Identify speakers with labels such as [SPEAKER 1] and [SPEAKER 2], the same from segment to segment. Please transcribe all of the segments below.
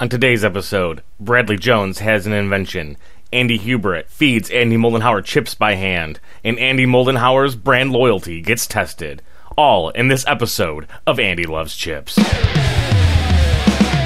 [SPEAKER 1] On today's episode, Bradley Jones has an invention. Andy Hubert feeds Andy Moldenhauer chips by hand, and Andy Moldenhauer's brand loyalty gets tested. All in this episode of Andy Loves Chips.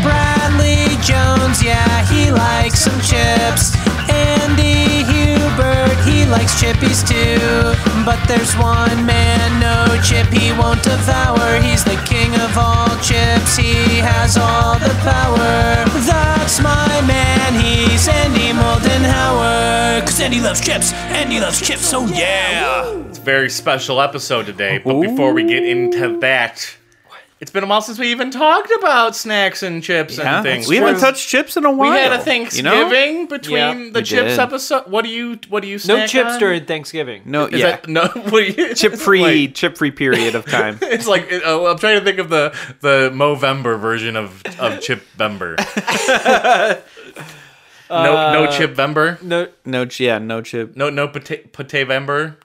[SPEAKER 2] Bradley Jones, yeah, he likes some chips. Andy Hubert, he likes chippies too. But there's one man, no chip he won't devour. He's the king of all chips, he has all the power. That's my man, he's Andy Moldenhauer. Cause Andy loves chips, Andy loves chips, oh yeah.
[SPEAKER 1] It's a very special episode today, but before we get into that, it's been a while since we even talked about snacks and chips
[SPEAKER 3] Huh?
[SPEAKER 1] and things.
[SPEAKER 3] We haven't
[SPEAKER 1] We're-
[SPEAKER 3] touched chips in a
[SPEAKER 1] We
[SPEAKER 3] while.
[SPEAKER 1] had a
[SPEAKER 3] you know?
[SPEAKER 1] Thanksgiving between
[SPEAKER 4] Yeah,
[SPEAKER 1] the
[SPEAKER 3] we
[SPEAKER 1] chips
[SPEAKER 3] did.
[SPEAKER 1] episode. What do you what do you
[SPEAKER 4] No
[SPEAKER 1] snack
[SPEAKER 4] chips
[SPEAKER 1] on?
[SPEAKER 4] during Thanksgiving.
[SPEAKER 3] No,
[SPEAKER 1] Is
[SPEAKER 3] yeah,
[SPEAKER 1] that no what do you-
[SPEAKER 3] chip free,
[SPEAKER 1] Wait.
[SPEAKER 3] chip free period of time.
[SPEAKER 1] It's like uh, I'm trying to think of the the Movember version of of Chip Vember. no no
[SPEAKER 4] Uh,
[SPEAKER 1] Chip Vember.
[SPEAKER 4] No,
[SPEAKER 3] no, ch- yeah, no chip.
[SPEAKER 1] No no Pate Pate Vember.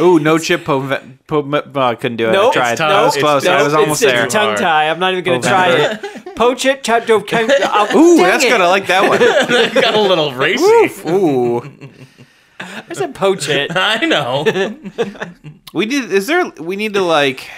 [SPEAKER 3] Ooh, no chip. Po- po- mo- oh, I couldn't do it.
[SPEAKER 4] Nope.
[SPEAKER 3] I tried.
[SPEAKER 4] It's
[SPEAKER 3] I was
[SPEAKER 1] tough.
[SPEAKER 3] close.
[SPEAKER 1] It's-
[SPEAKER 3] I was
[SPEAKER 1] it's-
[SPEAKER 3] almost
[SPEAKER 4] it's
[SPEAKER 3] there.
[SPEAKER 4] It's tongue tie. I'm not even going to try
[SPEAKER 3] November.
[SPEAKER 4] it. Poach it, chop, do, can, oh,
[SPEAKER 3] Ooh,
[SPEAKER 4] dang
[SPEAKER 3] that's
[SPEAKER 4] it.
[SPEAKER 3] good. I like that
[SPEAKER 1] Got a little racy.
[SPEAKER 3] one. Ooh,
[SPEAKER 4] I said poach it.
[SPEAKER 1] I know.
[SPEAKER 3] we did. Is there? We need to like.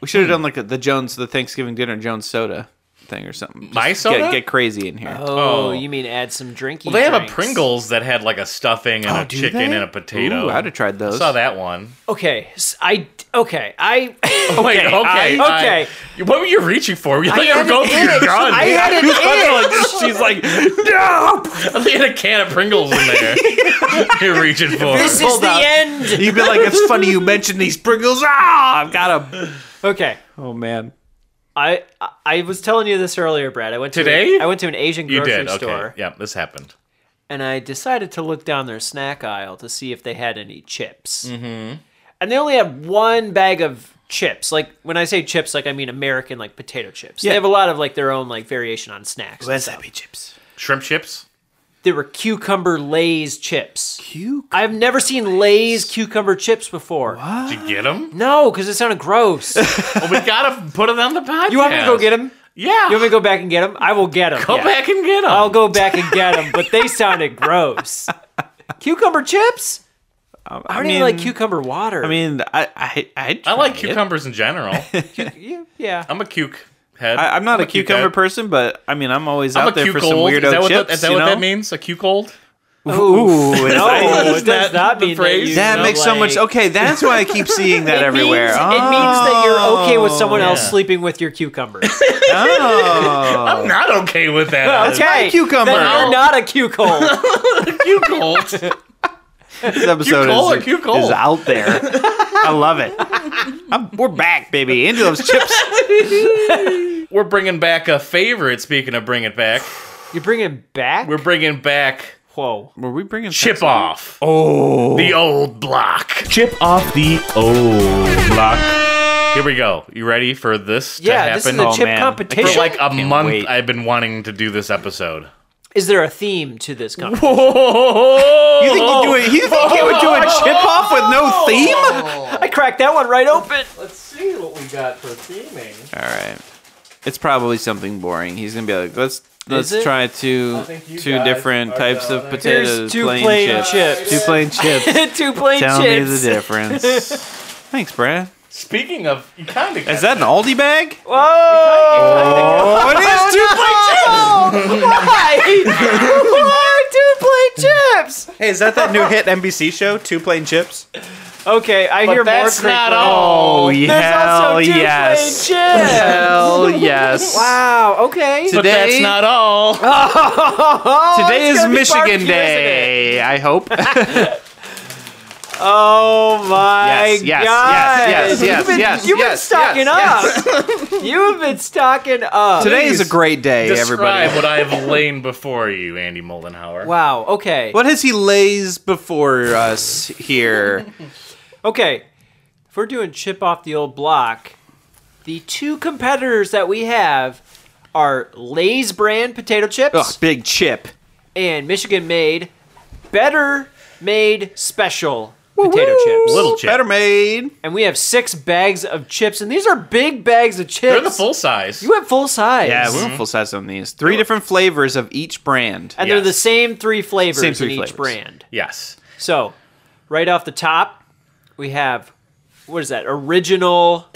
[SPEAKER 3] We
[SPEAKER 1] Hmm.
[SPEAKER 3] should have done like a, the Jones, the Thanksgiving dinner Jones soda thing or something. Just
[SPEAKER 1] My
[SPEAKER 3] get-
[SPEAKER 1] soda?
[SPEAKER 3] Get, crazy in here.
[SPEAKER 4] Oh,
[SPEAKER 1] Oh.
[SPEAKER 4] you mean add some drinking?
[SPEAKER 1] Well, they have a
[SPEAKER 4] drinks.
[SPEAKER 1] Pringles that had like a stuffing and
[SPEAKER 3] Oh,
[SPEAKER 1] a
[SPEAKER 3] do
[SPEAKER 1] chicken
[SPEAKER 3] they?
[SPEAKER 1] and a potato.
[SPEAKER 3] Ooh, I'd have tried those.
[SPEAKER 1] Saw that one.
[SPEAKER 4] Okay, s- I okay, I okay,
[SPEAKER 1] Wait, okay,
[SPEAKER 4] I, okay.
[SPEAKER 1] I- what were you reaching for? You thought you were
[SPEAKER 4] had
[SPEAKER 1] going
[SPEAKER 4] an
[SPEAKER 1] for your
[SPEAKER 4] itch.
[SPEAKER 1] gun.
[SPEAKER 4] I had an
[SPEAKER 1] You thought
[SPEAKER 4] itch.
[SPEAKER 1] like- She's like, no. I thought you had a can of Pringles in there. You're reaching for.
[SPEAKER 4] this is
[SPEAKER 3] Hold
[SPEAKER 4] the
[SPEAKER 3] up.
[SPEAKER 4] end.
[SPEAKER 3] You'd be like, it's funny you mentioned these Pringles. Ah, I've got them.
[SPEAKER 4] Okay,
[SPEAKER 3] Oh man.
[SPEAKER 4] I I- I was telling you this earlier, Brad. I went to
[SPEAKER 1] Today?
[SPEAKER 4] I went to an Asian
[SPEAKER 1] you
[SPEAKER 4] grocery
[SPEAKER 1] did. Okay.
[SPEAKER 4] store,
[SPEAKER 1] Yeah, this happened.
[SPEAKER 4] and I decided to look down their snack aisle to see if they had any chips. Mm-hmm. And they only had one bag of chips. Like when I say chips, like I mean American like potato chips. They have a lot of like their own like variation on snacks.
[SPEAKER 3] Wasabi chips.
[SPEAKER 1] Shrimp chips.
[SPEAKER 4] There were cucumber Lay's chips.
[SPEAKER 3] Cucumber
[SPEAKER 4] I've never seen Lay's cucumber chips before.
[SPEAKER 1] Did you get them?
[SPEAKER 4] No, because it sounded gross.
[SPEAKER 1] well, we gotta put it on the podcast.
[SPEAKER 4] You want me to go get them?
[SPEAKER 1] Yeah.
[SPEAKER 4] You want me to go back and get them? I will get them.
[SPEAKER 1] Go back and get them.
[SPEAKER 4] I'll go back and get them, but they sounded gross. Cucumber chips? I
[SPEAKER 3] I,
[SPEAKER 4] don't
[SPEAKER 3] mean,
[SPEAKER 4] even like cucumber water.
[SPEAKER 3] I mean, I I I'd
[SPEAKER 1] I like
[SPEAKER 3] try it.
[SPEAKER 1] cucumbers in general.
[SPEAKER 4] yeah. yeah.
[SPEAKER 1] I'm a cuke head.
[SPEAKER 3] I, I'm not
[SPEAKER 1] a
[SPEAKER 3] a cucumber
[SPEAKER 1] cuke head.
[SPEAKER 3] person, but I mean, I'm always
[SPEAKER 1] I'm a
[SPEAKER 3] out there
[SPEAKER 1] cuke
[SPEAKER 3] for some
[SPEAKER 1] old. Is
[SPEAKER 3] weirdo
[SPEAKER 1] that what
[SPEAKER 3] chips.
[SPEAKER 1] that- Is that
[SPEAKER 3] you
[SPEAKER 1] what
[SPEAKER 3] know?
[SPEAKER 1] that means? A cuke old?
[SPEAKER 3] Ooh, is that-
[SPEAKER 4] No,
[SPEAKER 1] Is
[SPEAKER 4] Oh, it does
[SPEAKER 1] that
[SPEAKER 4] not
[SPEAKER 1] the
[SPEAKER 4] mean that
[SPEAKER 1] phrase?
[SPEAKER 4] you
[SPEAKER 3] that
[SPEAKER 4] know,
[SPEAKER 3] makes so much.
[SPEAKER 4] like-
[SPEAKER 3] Okay, that's why I keep seeing that
[SPEAKER 4] It means-
[SPEAKER 3] everywhere.
[SPEAKER 4] it means that you're okay with someone
[SPEAKER 1] yeah.
[SPEAKER 4] else sleeping with your cucumbers.
[SPEAKER 3] Oh,
[SPEAKER 1] I'm not okay with that.
[SPEAKER 4] Okay,
[SPEAKER 3] my cucumber.
[SPEAKER 4] Then you're not a cuckold.
[SPEAKER 1] cuke old.
[SPEAKER 3] this episode
[SPEAKER 1] cold or
[SPEAKER 3] is,
[SPEAKER 1] cute cold?
[SPEAKER 3] is out there. I love it. I'm, we're back, baby. Andy loves chips.
[SPEAKER 1] We're bringing back a favorite. Speaking of bring it back,
[SPEAKER 4] you bring it back?
[SPEAKER 1] we're bringing back
[SPEAKER 4] Whoa.
[SPEAKER 3] Were we bringing
[SPEAKER 1] Chip Off,
[SPEAKER 3] Oh,
[SPEAKER 1] the old block.
[SPEAKER 5] Chip off the old block.
[SPEAKER 1] Here we go. You ready for this to
[SPEAKER 4] Yeah,
[SPEAKER 1] happen?
[SPEAKER 4] this is a
[SPEAKER 3] Oh,
[SPEAKER 4] chip
[SPEAKER 3] man.
[SPEAKER 4] competition.
[SPEAKER 1] for like a month,
[SPEAKER 3] wait.
[SPEAKER 1] I've been wanting to do this episode.
[SPEAKER 4] Is there a theme to this
[SPEAKER 3] you
[SPEAKER 4] competition?
[SPEAKER 3] think you do it? You think you would do a chip off with no theme?
[SPEAKER 4] I cracked that one right open.
[SPEAKER 1] Let's see what we got for theming.
[SPEAKER 3] All right. It's probably something boring. He's gonna be like, let's let's
[SPEAKER 4] it?
[SPEAKER 3] try two
[SPEAKER 1] think you
[SPEAKER 3] two
[SPEAKER 1] guys
[SPEAKER 3] different
[SPEAKER 1] are
[SPEAKER 3] types of
[SPEAKER 1] done.
[SPEAKER 3] potatoes.
[SPEAKER 4] Here's two plain chips.
[SPEAKER 3] Two plain chips.
[SPEAKER 4] Two plain
[SPEAKER 3] Tell me
[SPEAKER 4] chips.
[SPEAKER 3] the difference. Thanks, Brad.
[SPEAKER 1] Speaking of, you kind of
[SPEAKER 3] Is that an Aldi bag?
[SPEAKER 4] Whoa!
[SPEAKER 3] Oh, it is two
[SPEAKER 4] Why? Why two plain chips?
[SPEAKER 3] plain. Hey, is that that new hit NBC show? Two plain chips.
[SPEAKER 4] Okay, I hear
[SPEAKER 1] that's
[SPEAKER 4] more.
[SPEAKER 1] not
[SPEAKER 4] crinkling.
[SPEAKER 1] all.
[SPEAKER 3] Oh yeah,
[SPEAKER 4] There's
[SPEAKER 3] hell
[SPEAKER 4] also two
[SPEAKER 3] yes.
[SPEAKER 4] plain chips.
[SPEAKER 3] Hell yes.
[SPEAKER 4] wow. Okay.
[SPEAKER 1] But that's
[SPEAKER 3] Today-
[SPEAKER 1] not all.
[SPEAKER 3] Today
[SPEAKER 4] it's
[SPEAKER 3] is
[SPEAKER 4] gonna be
[SPEAKER 3] Michigan
[SPEAKER 4] barbecue,
[SPEAKER 3] Day. I hope.
[SPEAKER 4] Oh my
[SPEAKER 3] Yes, yes,
[SPEAKER 4] god!
[SPEAKER 3] yes, yes,
[SPEAKER 4] you've been,
[SPEAKER 3] yes,
[SPEAKER 4] you've been
[SPEAKER 3] yes,
[SPEAKER 4] stocking
[SPEAKER 3] yes,
[SPEAKER 4] up. You've been stocking up.
[SPEAKER 3] Today is a
[SPEAKER 1] Please
[SPEAKER 3] great day, everybody.
[SPEAKER 1] Describe what I have lain before you, Andy Moldenhauer.
[SPEAKER 4] Wow. Okay.
[SPEAKER 3] What has he lays before us here?
[SPEAKER 4] Okay. If we're doing chip off the old block, the two competitors that we have are Lay's brand potato chips
[SPEAKER 3] Ugh, big chip.
[SPEAKER 4] and Michigan made better made special potato chips.
[SPEAKER 1] Little chip.
[SPEAKER 3] Better made.
[SPEAKER 4] And we have six bags of chips, and these are big bags of chips.
[SPEAKER 1] They're the full size.
[SPEAKER 4] You went full size.
[SPEAKER 3] Yeah, we went full size on these. Three different flavors of each brand.
[SPEAKER 4] and they're the
[SPEAKER 1] Yes.
[SPEAKER 4] same three flavors
[SPEAKER 3] Same three
[SPEAKER 4] in each
[SPEAKER 3] flavors.
[SPEAKER 4] brand.
[SPEAKER 1] yes.
[SPEAKER 4] So, right off the top, we have what is that? Original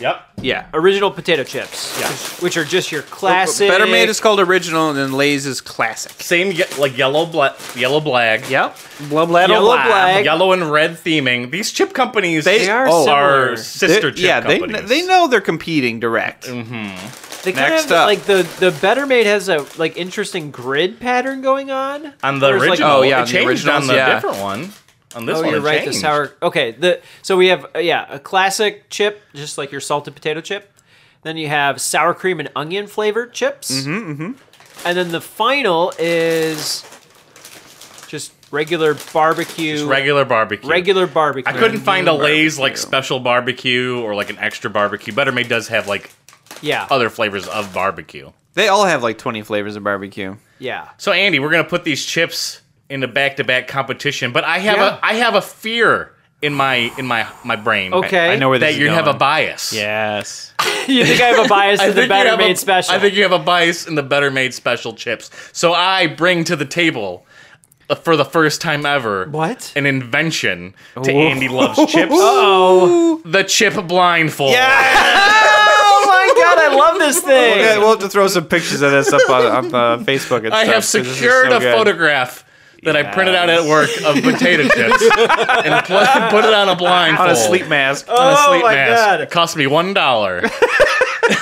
[SPEAKER 1] Yep.
[SPEAKER 3] Yeah.
[SPEAKER 4] original potato chips,
[SPEAKER 1] Yeah.
[SPEAKER 4] which are just your classic.
[SPEAKER 3] Oh, Better made is called original, and then Lay's is classic.
[SPEAKER 1] Same ye- like yellow bla- yellow blag.
[SPEAKER 3] Yep.
[SPEAKER 1] Blah, blah,
[SPEAKER 4] Yellow blag.
[SPEAKER 1] Yellow and red theming. These chip companies
[SPEAKER 3] They
[SPEAKER 4] are similar.
[SPEAKER 1] sister chip
[SPEAKER 3] yeah, they,
[SPEAKER 1] companies.
[SPEAKER 3] they know they're competing direct.
[SPEAKER 4] They kind
[SPEAKER 3] Next
[SPEAKER 4] of
[SPEAKER 3] up.
[SPEAKER 4] like the the Better Made has a like interesting grid pattern going on.
[SPEAKER 1] on the
[SPEAKER 4] There's, like,
[SPEAKER 1] original.
[SPEAKER 3] Oh, yeah,
[SPEAKER 1] it
[SPEAKER 3] on the
[SPEAKER 1] changed on
[SPEAKER 3] originals,
[SPEAKER 1] the
[SPEAKER 3] yeah.
[SPEAKER 1] different one. On this
[SPEAKER 4] Oh,
[SPEAKER 1] one,
[SPEAKER 4] you're
[SPEAKER 1] it
[SPEAKER 4] right. The
[SPEAKER 1] changed.
[SPEAKER 4] sour. Okay. The so we have uh, yeah a classic chip, just like your salted potato chip. Then you have sour cream and onion flavored chips. Mm-hmm, And then the final is just regular barbecue.
[SPEAKER 1] regular barbecue.
[SPEAKER 4] regular barbecue.
[SPEAKER 1] I couldn't find a Lay's like
[SPEAKER 3] barbecue.
[SPEAKER 1] special barbecue or like an extra barbecue. Better Made does have like
[SPEAKER 4] Yeah.
[SPEAKER 1] other flavors of barbecue.
[SPEAKER 3] They all have like 20 flavors of barbecue.
[SPEAKER 4] Yeah.
[SPEAKER 1] So Andy, we're gonna put these chips into back to back competition, but I have
[SPEAKER 4] Yeah.
[SPEAKER 1] a I have a fear in my in my my brain.
[SPEAKER 4] Okay.
[SPEAKER 3] I know where
[SPEAKER 1] That
[SPEAKER 3] this
[SPEAKER 1] you
[SPEAKER 3] is
[SPEAKER 1] have a
[SPEAKER 3] going.
[SPEAKER 1] bias.
[SPEAKER 3] Yes.
[SPEAKER 4] You think I have a bias to the
[SPEAKER 1] think you
[SPEAKER 4] Better
[SPEAKER 1] have a-
[SPEAKER 4] Made special?
[SPEAKER 1] I think you have a bias in the Better Made special chips. So I bring to the table uh, for the first time ever
[SPEAKER 4] What?
[SPEAKER 1] an invention to Andy Loves Chips. The chip blindfold.
[SPEAKER 4] Oh my god! I love this thing.
[SPEAKER 3] Yeah, we'll have to throw some pictures of this up on, on the Facebook. And
[SPEAKER 1] I have
[SPEAKER 3] stuff, 'cause this is
[SPEAKER 1] secured
[SPEAKER 3] so
[SPEAKER 1] a
[SPEAKER 3] good.
[SPEAKER 1] photograph that I printed out at work of potato chips and pl- put it on a blindfold.
[SPEAKER 3] on a sleep mask.
[SPEAKER 1] On a sleep
[SPEAKER 4] Oh my
[SPEAKER 1] mask.
[SPEAKER 4] God.
[SPEAKER 1] It cost me one dollar.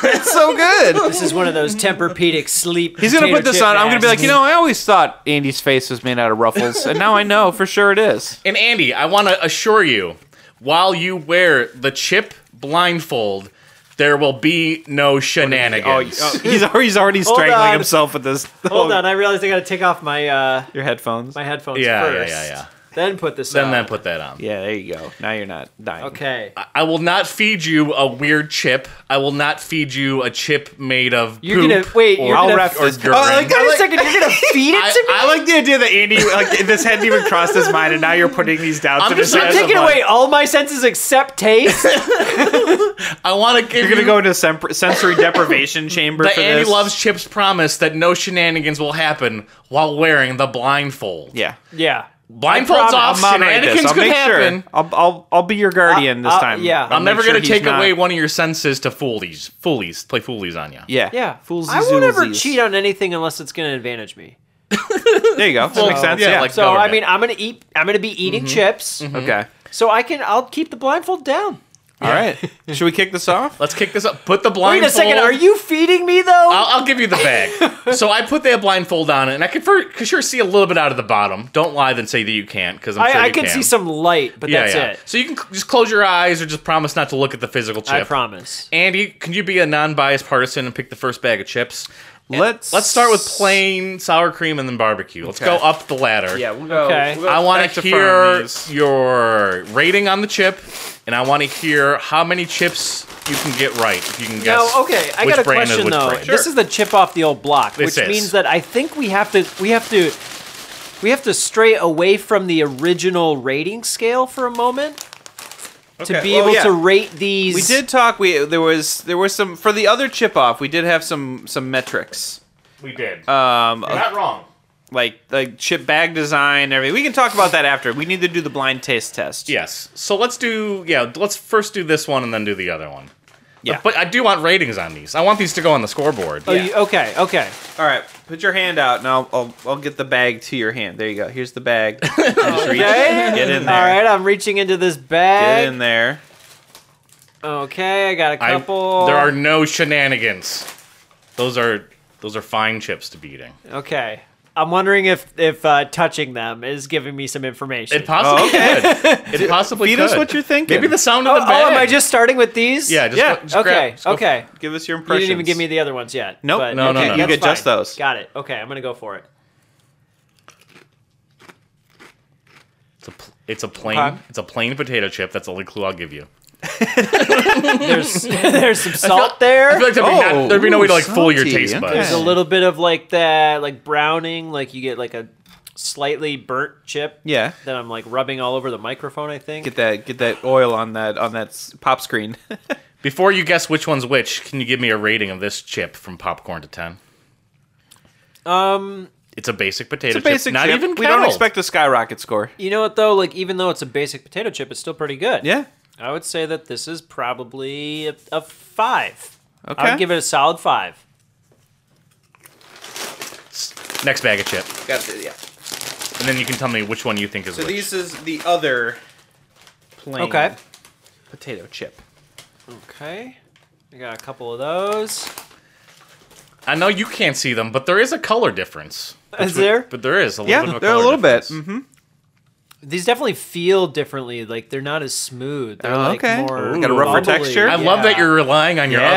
[SPEAKER 3] It's so good.
[SPEAKER 4] This is one of those Tempur-Pedic sleep.
[SPEAKER 3] He's gonna
[SPEAKER 4] potato
[SPEAKER 3] put this
[SPEAKER 4] chip
[SPEAKER 3] on. I'm gonna be like,
[SPEAKER 4] masks.
[SPEAKER 3] you know, I always thought Andy's face was made out of ruffles, and now I know for sure it is.
[SPEAKER 1] and Andy, I want to assure you, while you wear the chip blindfold, there will be no
[SPEAKER 3] Oh,
[SPEAKER 1] shenanigans.
[SPEAKER 3] he's, he's already
[SPEAKER 4] on.
[SPEAKER 3] strangling himself with this.
[SPEAKER 1] oh."
[SPEAKER 4] Hold on, I realized I gotta take off my uh,
[SPEAKER 3] your headphones.
[SPEAKER 4] my headphones
[SPEAKER 1] Yeah, yeah,
[SPEAKER 4] first.
[SPEAKER 1] yeah, yeah.
[SPEAKER 4] Then put this
[SPEAKER 1] Then
[SPEAKER 4] on.
[SPEAKER 1] then put that on.
[SPEAKER 3] Yeah, there you go. Now you're not dying.
[SPEAKER 4] Okay.
[SPEAKER 1] I will not feed you a weird chip. I will not feed you a chip made of
[SPEAKER 4] You're
[SPEAKER 1] poop
[SPEAKER 4] gonna- wait,
[SPEAKER 1] or,
[SPEAKER 4] you're
[SPEAKER 3] I'll
[SPEAKER 4] gonna-
[SPEAKER 3] wrap
[SPEAKER 1] or
[SPEAKER 3] this.
[SPEAKER 1] urine.
[SPEAKER 4] Wait a second, you're gonna feed it to me?
[SPEAKER 1] I, I like the idea that Andy.
[SPEAKER 3] like this hadn't even crossed his mind, and now you're putting these down.
[SPEAKER 1] I'm
[SPEAKER 3] to
[SPEAKER 1] just-
[SPEAKER 3] his
[SPEAKER 1] I'm
[SPEAKER 3] head.
[SPEAKER 1] that's
[SPEAKER 4] Taking
[SPEAKER 1] a lot.
[SPEAKER 4] away all my senses except taste.
[SPEAKER 1] I want to.
[SPEAKER 3] You're gonna go into sem- sensory deprivation chamber.
[SPEAKER 1] The
[SPEAKER 3] for
[SPEAKER 1] Andy
[SPEAKER 3] this.
[SPEAKER 1] loves chips promise that no shenanigans will happen while wearing the blindfold.
[SPEAKER 3] Yeah,
[SPEAKER 4] yeah.
[SPEAKER 1] blindfolds
[SPEAKER 4] I
[SPEAKER 1] off.
[SPEAKER 4] promise.
[SPEAKER 3] I'll moderate
[SPEAKER 1] Shenanigans
[SPEAKER 3] this. I'll
[SPEAKER 1] could
[SPEAKER 3] make
[SPEAKER 1] happen. Uh,
[SPEAKER 3] sure. I'll, I'll I'll be your guardian this
[SPEAKER 4] I'll-
[SPEAKER 3] time.
[SPEAKER 4] yeah.
[SPEAKER 3] I'll
[SPEAKER 1] I'm
[SPEAKER 3] make
[SPEAKER 1] never
[SPEAKER 3] sure
[SPEAKER 1] gonna
[SPEAKER 3] he's
[SPEAKER 1] take
[SPEAKER 3] not-
[SPEAKER 1] away one of your senses to fool these foolies. Play foolies on you.
[SPEAKER 3] Yeah,
[SPEAKER 4] Yeah.
[SPEAKER 3] Fools.
[SPEAKER 4] I won't ever
[SPEAKER 3] zoozles.
[SPEAKER 4] cheat on anything unless it's gonna advantage me.
[SPEAKER 3] There you go. That makes sense.
[SPEAKER 1] yeah,
[SPEAKER 3] Yeah.
[SPEAKER 1] like-
[SPEAKER 4] So
[SPEAKER 1] Government.
[SPEAKER 4] I mean, I'm gonna eat. I'm gonna be eating chips.
[SPEAKER 3] okay.
[SPEAKER 4] So I can. I'll keep the blindfold down.
[SPEAKER 3] All right. Should we kick this off?
[SPEAKER 1] Let's kick this up. Put the
[SPEAKER 4] Wait
[SPEAKER 1] blindfold.
[SPEAKER 4] a second. Are you feeding me though?
[SPEAKER 1] I'll, I'll give you the bag. so I put that blindfold on, and I can for, could sure see a little bit out of the bottom. Don't lie then say that you can't, because I'm
[SPEAKER 4] I,
[SPEAKER 1] sure
[SPEAKER 4] I
[SPEAKER 1] you
[SPEAKER 4] can
[SPEAKER 1] can
[SPEAKER 4] see some light, but that's it.
[SPEAKER 1] So you can c- just close your eyes or just promise not to look at the physical chip.
[SPEAKER 4] I promise.
[SPEAKER 1] Andy, can you be a non-biased partisan and pick the first bag of chips?
[SPEAKER 3] Let's
[SPEAKER 1] Let's start with plain sour cream and then barbecue. Let's go
[SPEAKER 3] Okay.
[SPEAKER 1] up the ladder.
[SPEAKER 3] Yeah, we'll go.
[SPEAKER 4] Okay.
[SPEAKER 3] we'll go
[SPEAKER 1] I want
[SPEAKER 3] back
[SPEAKER 1] to
[SPEAKER 3] to front on
[SPEAKER 1] hear
[SPEAKER 3] these.
[SPEAKER 1] your rating on the chip, and I want to hear how many chips you can get right. If you can guess.
[SPEAKER 4] Now, okay, I
[SPEAKER 1] which
[SPEAKER 4] got a
[SPEAKER 1] brand is
[SPEAKER 4] question
[SPEAKER 1] which
[SPEAKER 4] though.
[SPEAKER 1] brand.
[SPEAKER 4] This is the chip off the old block,
[SPEAKER 1] This
[SPEAKER 4] which
[SPEAKER 1] is.
[SPEAKER 4] means that I think we have to we have to we have to stray away from the original rating scale for a moment to
[SPEAKER 1] Okay.
[SPEAKER 4] be
[SPEAKER 3] Well,
[SPEAKER 4] able
[SPEAKER 3] yeah.
[SPEAKER 4] to rate these.
[SPEAKER 3] We did talk. We there was there was some for the other chip off. We did have some some metrics.
[SPEAKER 1] we did.
[SPEAKER 3] Um,
[SPEAKER 1] You're not wrong.
[SPEAKER 3] like like chip bag design, and everything. We can talk about that after. We need to do the blind taste test.
[SPEAKER 1] Yes. So let's do yeah. Let's first do this one and then do the other one.
[SPEAKER 3] Yeah.
[SPEAKER 1] But I do want ratings on these. I want these to go on the scoreboard.
[SPEAKER 4] Oh, you- okay, okay.
[SPEAKER 3] All right, put your hand out, and I'll, I'll I'll get the bag to your hand. There you go. Here's the bag.
[SPEAKER 4] Okay.
[SPEAKER 3] Get in there.
[SPEAKER 4] All right, I'm reaching into this
[SPEAKER 3] Get
[SPEAKER 4] bag.
[SPEAKER 3] in there.
[SPEAKER 4] Okay, I got a
[SPEAKER 1] I-
[SPEAKER 4] couple.
[SPEAKER 1] there are no shenanigans. Those are those are fine chips to be eating.
[SPEAKER 4] Okay. I'm wondering if if uh, touching them is giving me some information.
[SPEAKER 1] It possibly could. It possibly
[SPEAKER 3] Oh, Feed
[SPEAKER 1] could.
[SPEAKER 3] us what you're thinking.
[SPEAKER 1] Maybe the sound of
[SPEAKER 4] oh,
[SPEAKER 1] the
[SPEAKER 4] oh,
[SPEAKER 1] bag.
[SPEAKER 4] am I just starting with these?
[SPEAKER 1] yeah. Just
[SPEAKER 3] Yeah.
[SPEAKER 1] Go, just grab-
[SPEAKER 4] okay.
[SPEAKER 1] just go-
[SPEAKER 4] okay.
[SPEAKER 3] Give us your
[SPEAKER 4] You
[SPEAKER 3] impressions.
[SPEAKER 4] didn't even give me the other ones yet.
[SPEAKER 3] Nope.
[SPEAKER 4] but-
[SPEAKER 1] No, no,
[SPEAKER 4] okay,
[SPEAKER 1] no,
[SPEAKER 3] You
[SPEAKER 1] no.
[SPEAKER 4] that's
[SPEAKER 3] get just
[SPEAKER 4] fine.
[SPEAKER 3] those.
[SPEAKER 4] Got it. Okay, I'm gonna go for it.
[SPEAKER 1] It's a, pl- it's a plain.
[SPEAKER 4] Okay.
[SPEAKER 1] It's a plain potato chip. That's the only clue I'll give you.
[SPEAKER 4] There's there's some salt there.
[SPEAKER 1] I feel like there'd be,
[SPEAKER 3] Oh,
[SPEAKER 1] not- there'd be no way to like fool your
[SPEAKER 3] salty,
[SPEAKER 1] taste buds.
[SPEAKER 3] okay.
[SPEAKER 4] there's a little bit of like that, like browning, like you get like a slightly burnt chip.
[SPEAKER 3] Yeah.
[SPEAKER 4] That I'm like rubbing all over the microphone. I think.
[SPEAKER 3] Get that get that oil on that on that s- pop screen.
[SPEAKER 1] Before you guess which one's which, can you give me a rating of this chip from popcorn to ten? Um, it's a basic potato
[SPEAKER 3] Um, It's a basic
[SPEAKER 1] chip. Not
[SPEAKER 3] chip.
[SPEAKER 1] even
[SPEAKER 3] We don't
[SPEAKER 1] kettled.
[SPEAKER 3] expect a skyrocket score.
[SPEAKER 4] you know what though? Like even though it's a basic potato chip, it's still pretty good.
[SPEAKER 3] Yeah.
[SPEAKER 4] I would say that this is probably a, a five.
[SPEAKER 3] Okay.
[SPEAKER 4] I would give it a solid five.
[SPEAKER 1] Next bag of chip,
[SPEAKER 3] Got it, yeah.
[SPEAKER 1] and then you can tell me which one you think is
[SPEAKER 3] So
[SPEAKER 1] which.
[SPEAKER 3] these is the other plain
[SPEAKER 4] Okay.
[SPEAKER 3] potato chip.
[SPEAKER 4] Okay. I got a couple of those.
[SPEAKER 1] I know you can't see them, but there is a color difference.
[SPEAKER 4] Is there?
[SPEAKER 1] But there is a little
[SPEAKER 3] Yeah,
[SPEAKER 1] bit of a
[SPEAKER 3] they're a
[SPEAKER 1] color
[SPEAKER 3] little
[SPEAKER 1] difference.
[SPEAKER 3] bit. Mm-hmm.
[SPEAKER 4] These definitely feel differently. Like they're not as smooth. They're
[SPEAKER 3] Oh,
[SPEAKER 4] like
[SPEAKER 3] okay.
[SPEAKER 4] more.
[SPEAKER 3] Got a rougher
[SPEAKER 4] bubbly.
[SPEAKER 3] texture?
[SPEAKER 1] I love that
[SPEAKER 4] Yeah.
[SPEAKER 1] you're relying on your
[SPEAKER 3] Yeah,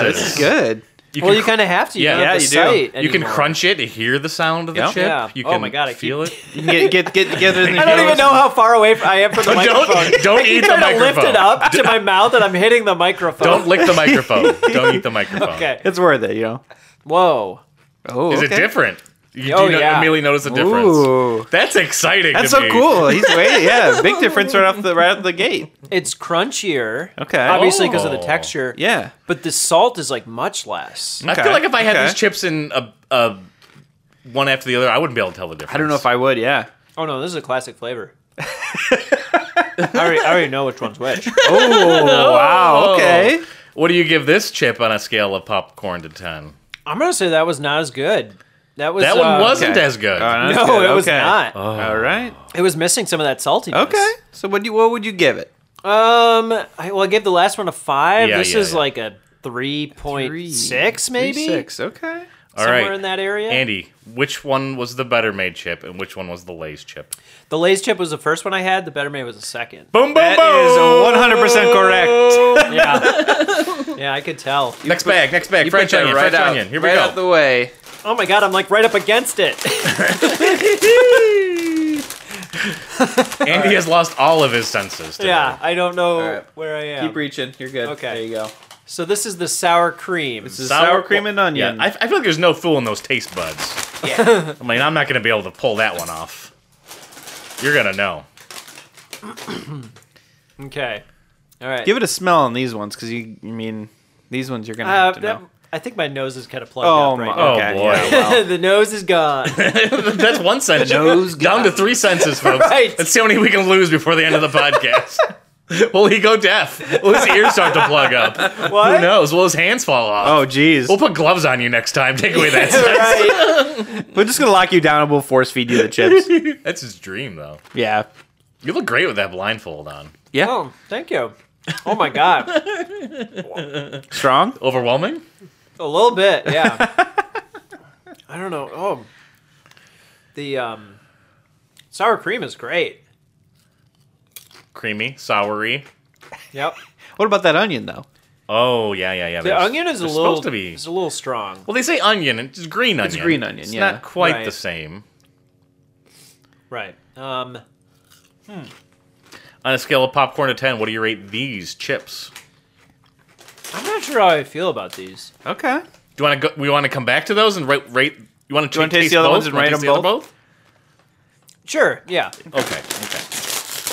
[SPEAKER 1] other
[SPEAKER 3] this is
[SPEAKER 1] senses.
[SPEAKER 3] good.
[SPEAKER 1] You
[SPEAKER 4] Well,
[SPEAKER 1] can
[SPEAKER 4] you kind of have to. You
[SPEAKER 1] Yeah.
[SPEAKER 4] don't have
[SPEAKER 3] Yeah,
[SPEAKER 4] the
[SPEAKER 3] you do.
[SPEAKER 4] sight
[SPEAKER 1] You can
[SPEAKER 4] anymore.
[SPEAKER 1] crunch it to hear the sound of the
[SPEAKER 3] Yeah.
[SPEAKER 1] chip.
[SPEAKER 4] Yeah.
[SPEAKER 1] You
[SPEAKER 4] Oh
[SPEAKER 1] can
[SPEAKER 4] my God, I
[SPEAKER 1] feel it.
[SPEAKER 3] You can get get get together. in the
[SPEAKER 4] I don't even
[SPEAKER 3] heels.
[SPEAKER 4] know how far away I am from the microphone.
[SPEAKER 1] Don't don't eat the
[SPEAKER 4] trying to
[SPEAKER 1] microphone.
[SPEAKER 4] lift it up to my mouth and I'm hitting the microphone.
[SPEAKER 1] Don't lick the microphone. don't eat the microphone.
[SPEAKER 4] Okay.
[SPEAKER 3] It's worth it, you know.
[SPEAKER 4] Whoa.
[SPEAKER 3] Oh,
[SPEAKER 1] Is it
[SPEAKER 3] okay.
[SPEAKER 1] different? You
[SPEAKER 4] Oh,
[SPEAKER 1] do no-
[SPEAKER 4] yeah.
[SPEAKER 1] immediately notice the difference.
[SPEAKER 3] Ooh.
[SPEAKER 1] That's exciting.
[SPEAKER 3] That's
[SPEAKER 1] to
[SPEAKER 3] so
[SPEAKER 1] me.
[SPEAKER 3] cool. He's waiting. Yeah, big difference right off the right off the gate.
[SPEAKER 4] It's crunchier.
[SPEAKER 3] Okay.
[SPEAKER 4] Obviously because of the
[SPEAKER 1] Oh.
[SPEAKER 4] texture.
[SPEAKER 3] Yeah.
[SPEAKER 4] But the salt is like much less.
[SPEAKER 1] I
[SPEAKER 3] Okay.
[SPEAKER 1] feel like if I had
[SPEAKER 3] Okay.
[SPEAKER 1] these chips in a, a one after the other, I wouldn't be able to tell the difference.
[SPEAKER 3] I don't know if I would. Yeah.
[SPEAKER 4] Oh no, this is a classic flavor. I, already, I already know which one's which.
[SPEAKER 3] Oh wow. Okay.
[SPEAKER 1] What do you give this chip on a scale of popcorn to ten?
[SPEAKER 4] I'm gonna say that was not as good. That was
[SPEAKER 1] That one
[SPEAKER 4] uh,
[SPEAKER 1] wasn't
[SPEAKER 3] okay.
[SPEAKER 1] as Oh, good. Oh.
[SPEAKER 3] All right,
[SPEAKER 4] No,
[SPEAKER 3] that's good.
[SPEAKER 4] it was
[SPEAKER 3] Okay.
[SPEAKER 4] not.
[SPEAKER 3] All right.
[SPEAKER 4] It was missing some of that saltiness.
[SPEAKER 3] Okay. So what do you, what would you give it?
[SPEAKER 4] Um. I, well, I gave the last one a five.
[SPEAKER 1] Yeah,
[SPEAKER 4] this
[SPEAKER 1] yeah,
[SPEAKER 4] is
[SPEAKER 1] yeah.
[SPEAKER 4] like a three point six, maybe
[SPEAKER 3] Three six. Okay.
[SPEAKER 1] All
[SPEAKER 4] somewhere
[SPEAKER 1] right.
[SPEAKER 4] in that area.
[SPEAKER 1] Andy, which one was the better made chip and which one was the Lay's chip?
[SPEAKER 4] The Lay's chip was the first one I had. The Better Made was the second.
[SPEAKER 1] Boom, boom,
[SPEAKER 3] That is one hundred percent correct.
[SPEAKER 4] Yeah, yeah, I could tell.
[SPEAKER 1] Next bag, next bag.
[SPEAKER 3] Put
[SPEAKER 1] French
[SPEAKER 3] that
[SPEAKER 1] onion, French
[SPEAKER 3] out-
[SPEAKER 1] onion. Here we
[SPEAKER 3] right
[SPEAKER 1] go.
[SPEAKER 3] out the way.
[SPEAKER 4] Oh my god, I'm like right up against it.
[SPEAKER 1] Andy has lost all of his senses. Today.
[SPEAKER 4] yeah, I don't know
[SPEAKER 3] Alright.
[SPEAKER 4] where I am.
[SPEAKER 3] Keep reaching. You're good.
[SPEAKER 4] Okay.
[SPEAKER 3] There you go.
[SPEAKER 4] so this is the sour cream.
[SPEAKER 3] This is sour, cream and onion.
[SPEAKER 1] I, I feel like there's no fooling those taste buds. Yeah. I mean, I'm not going to be able to pull that one off. You're going to know.
[SPEAKER 4] okay. All right.
[SPEAKER 3] Give it a smell on these ones, because you. I mean, these ones you're gonna
[SPEAKER 4] uh,
[SPEAKER 3] have to
[SPEAKER 4] that,
[SPEAKER 3] know.
[SPEAKER 4] I think my nose is kind of plugged
[SPEAKER 3] Oh
[SPEAKER 4] up
[SPEAKER 3] my.
[SPEAKER 4] right
[SPEAKER 1] Oh,
[SPEAKER 3] okay,
[SPEAKER 1] boy.
[SPEAKER 3] yeah,
[SPEAKER 4] now.
[SPEAKER 3] well.
[SPEAKER 4] the nose is gone.
[SPEAKER 1] That's one sentence.
[SPEAKER 3] nose
[SPEAKER 1] Down to three senses, folks.
[SPEAKER 4] Right.
[SPEAKER 1] Let's see how many we can lose before the end of the podcast. Will he go deaf? Will his ears start to plug up?
[SPEAKER 4] what?
[SPEAKER 1] Who knows? Will his hands fall off?
[SPEAKER 3] Oh jeez.
[SPEAKER 1] We'll put gloves on you next time. Take away that sense.
[SPEAKER 4] Right.
[SPEAKER 3] We're just gonna lock you down and we'll force feed you the chips.
[SPEAKER 1] That's his dream, though.
[SPEAKER 3] yeah.
[SPEAKER 1] You look great with that blindfold on.
[SPEAKER 3] Yeah.
[SPEAKER 4] Oh, thank you. Oh my god.
[SPEAKER 3] Strong.
[SPEAKER 1] Overwhelming?
[SPEAKER 4] A little bit, yeah. I don't know. Oh. The um sour cream is great.
[SPEAKER 1] Creamy? Soury?
[SPEAKER 4] Yep.
[SPEAKER 3] What about that onion though?
[SPEAKER 1] Oh, yeah, yeah, yeah.
[SPEAKER 4] The onion is a little
[SPEAKER 1] supposed to be.
[SPEAKER 4] is a little strong.
[SPEAKER 1] Well, they say onion, and it's green onion.
[SPEAKER 3] green onion,
[SPEAKER 1] It's
[SPEAKER 3] yeah.
[SPEAKER 1] not quite
[SPEAKER 4] Right.
[SPEAKER 1] the same.
[SPEAKER 4] Right. Um
[SPEAKER 1] On a scale of popcorn to 10, what do you rate these chips?
[SPEAKER 4] I'm not sure how I feel about these.
[SPEAKER 3] Okay.
[SPEAKER 1] Do you want to go? We want to come back to those and rate. rate you want to
[SPEAKER 3] wanna taste the other ones and rate 'em
[SPEAKER 1] both?
[SPEAKER 4] Sure, yeah.
[SPEAKER 1] Okay, okay.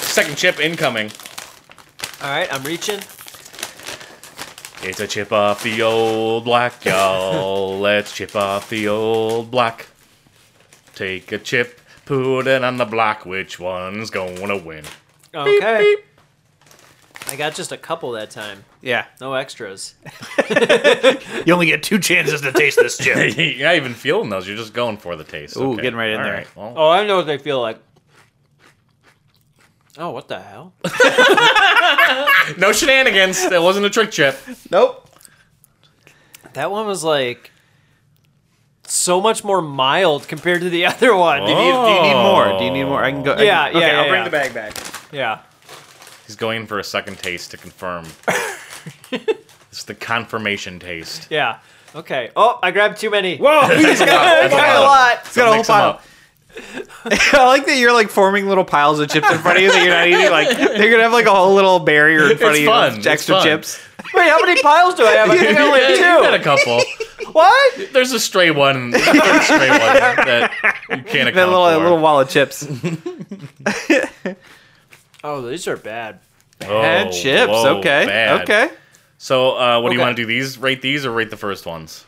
[SPEAKER 1] Second chip incoming.
[SPEAKER 4] All right, I'm reaching.
[SPEAKER 1] It's a chip off the old block, y'all. Let's chip off the old block. Take a chip, put it on the block. Which one's gonna win?
[SPEAKER 4] Okay. I got just a couple that time.
[SPEAKER 3] Yeah.
[SPEAKER 4] No extras.
[SPEAKER 5] You only get two chances to taste this chip.
[SPEAKER 1] You're not even feeling those. You're just going for the taste.
[SPEAKER 3] Ooh,
[SPEAKER 1] Okay.
[SPEAKER 3] getting right in
[SPEAKER 1] All
[SPEAKER 3] there.
[SPEAKER 1] well,
[SPEAKER 4] Oh, I know what they feel like. Oh, what the hell?
[SPEAKER 1] No shenanigans. That wasn't a trick chip.
[SPEAKER 3] Nope.
[SPEAKER 4] That one was like so much more mild compared to the other one.
[SPEAKER 1] Oh.
[SPEAKER 3] Do you, do you need more? Do you need more? I can go. I
[SPEAKER 4] Yeah,
[SPEAKER 3] can-
[SPEAKER 4] yeah,
[SPEAKER 3] Okay,
[SPEAKER 4] yeah,
[SPEAKER 3] I'll bring
[SPEAKER 4] yeah.
[SPEAKER 3] the bag back.
[SPEAKER 4] Yeah.
[SPEAKER 1] He's going for a second taste to confirm. it's the confirmation taste.
[SPEAKER 4] Yeah. Okay. Oh, I grabbed too many. Whoa,
[SPEAKER 3] He's got,
[SPEAKER 4] I grabbed a lot.
[SPEAKER 3] He's got a whole
[SPEAKER 1] Mix 'em
[SPEAKER 3] pile.
[SPEAKER 1] up.
[SPEAKER 3] I like that you're like forming little piles of chips in front of you that you're not eating. Like they're gonna have like a whole little barrier in
[SPEAKER 1] It's
[SPEAKER 3] front of you.
[SPEAKER 1] fun,
[SPEAKER 3] with
[SPEAKER 1] it's
[SPEAKER 3] Extra
[SPEAKER 1] fun.
[SPEAKER 3] chips.
[SPEAKER 4] Wait, how many piles do I have? I think I only
[SPEAKER 1] You had
[SPEAKER 4] have
[SPEAKER 1] a couple.
[SPEAKER 4] What?
[SPEAKER 1] There's a stray one. There's a stray one that you can't account
[SPEAKER 3] That little,
[SPEAKER 1] for.
[SPEAKER 3] little wall of chips.
[SPEAKER 4] Oh, these are bad.
[SPEAKER 1] Oh,
[SPEAKER 3] Bad chips.
[SPEAKER 1] whoa,
[SPEAKER 3] okay.
[SPEAKER 1] bad.
[SPEAKER 3] Okay.
[SPEAKER 1] So, uh, what do you
[SPEAKER 4] Okay.
[SPEAKER 1] want to do? These rate these or rate the first ones?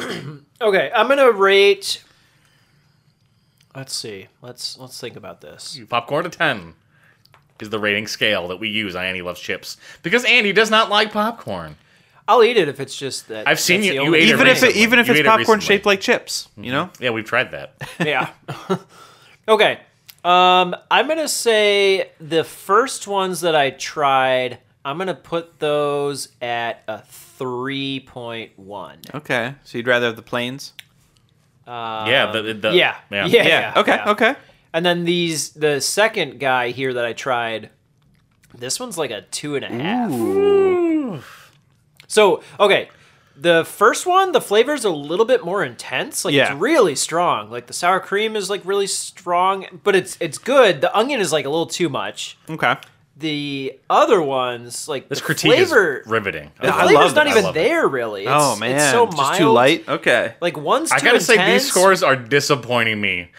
[SPEAKER 4] Okay, I'm gonna rate. Let's see. Let's let's think about this.
[SPEAKER 1] Popcorn to ten is the rating scale that we use on Andy loves chips because Andy does not like popcorn.
[SPEAKER 4] I'll eat it if it's just that.
[SPEAKER 1] I've seen
[SPEAKER 4] that's
[SPEAKER 1] you-
[SPEAKER 4] the
[SPEAKER 1] you
[SPEAKER 4] only-
[SPEAKER 1] ate
[SPEAKER 3] Even if it,
[SPEAKER 1] recently.
[SPEAKER 3] even if
[SPEAKER 1] You
[SPEAKER 3] it's
[SPEAKER 1] ate it
[SPEAKER 3] popcorn
[SPEAKER 1] recently.
[SPEAKER 3] shaped like chips, you know.
[SPEAKER 1] Yeah, we've tried that.
[SPEAKER 4] Yeah. okay. Um, I'm gonna say the first ones that I tried. I'm gonna put those at a three point one.
[SPEAKER 3] Okay. So you'd rather have the planes? Uh,
[SPEAKER 1] yeah, the, the,
[SPEAKER 4] Yeah.
[SPEAKER 1] yeah,
[SPEAKER 4] Yeah.
[SPEAKER 3] okay.
[SPEAKER 4] yeah.
[SPEAKER 3] Okay.
[SPEAKER 4] And then these, the second guy here that I tried, this one's like a two and a half. So, okay. The first one, the flavor's a little bit more intense. Like
[SPEAKER 3] Yeah.
[SPEAKER 4] it's really strong. Like the sour cream is like really strong, but it's it's good. The onion is like a little too much.
[SPEAKER 3] Okay.
[SPEAKER 4] The other ones, like
[SPEAKER 1] This
[SPEAKER 4] the
[SPEAKER 1] critique
[SPEAKER 4] flavor,
[SPEAKER 1] is riveting.
[SPEAKER 4] the
[SPEAKER 3] I love
[SPEAKER 4] flavor's
[SPEAKER 3] it.
[SPEAKER 4] not
[SPEAKER 3] I
[SPEAKER 4] even
[SPEAKER 1] love it.
[SPEAKER 4] there really. It's,
[SPEAKER 3] oh man.
[SPEAKER 4] it's so mild.
[SPEAKER 3] Just too light. Okay.
[SPEAKER 4] Like one's too
[SPEAKER 1] I gotta say
[SPEAKER 4] intense.
[SPEAKER 1] these scores are disappointing me.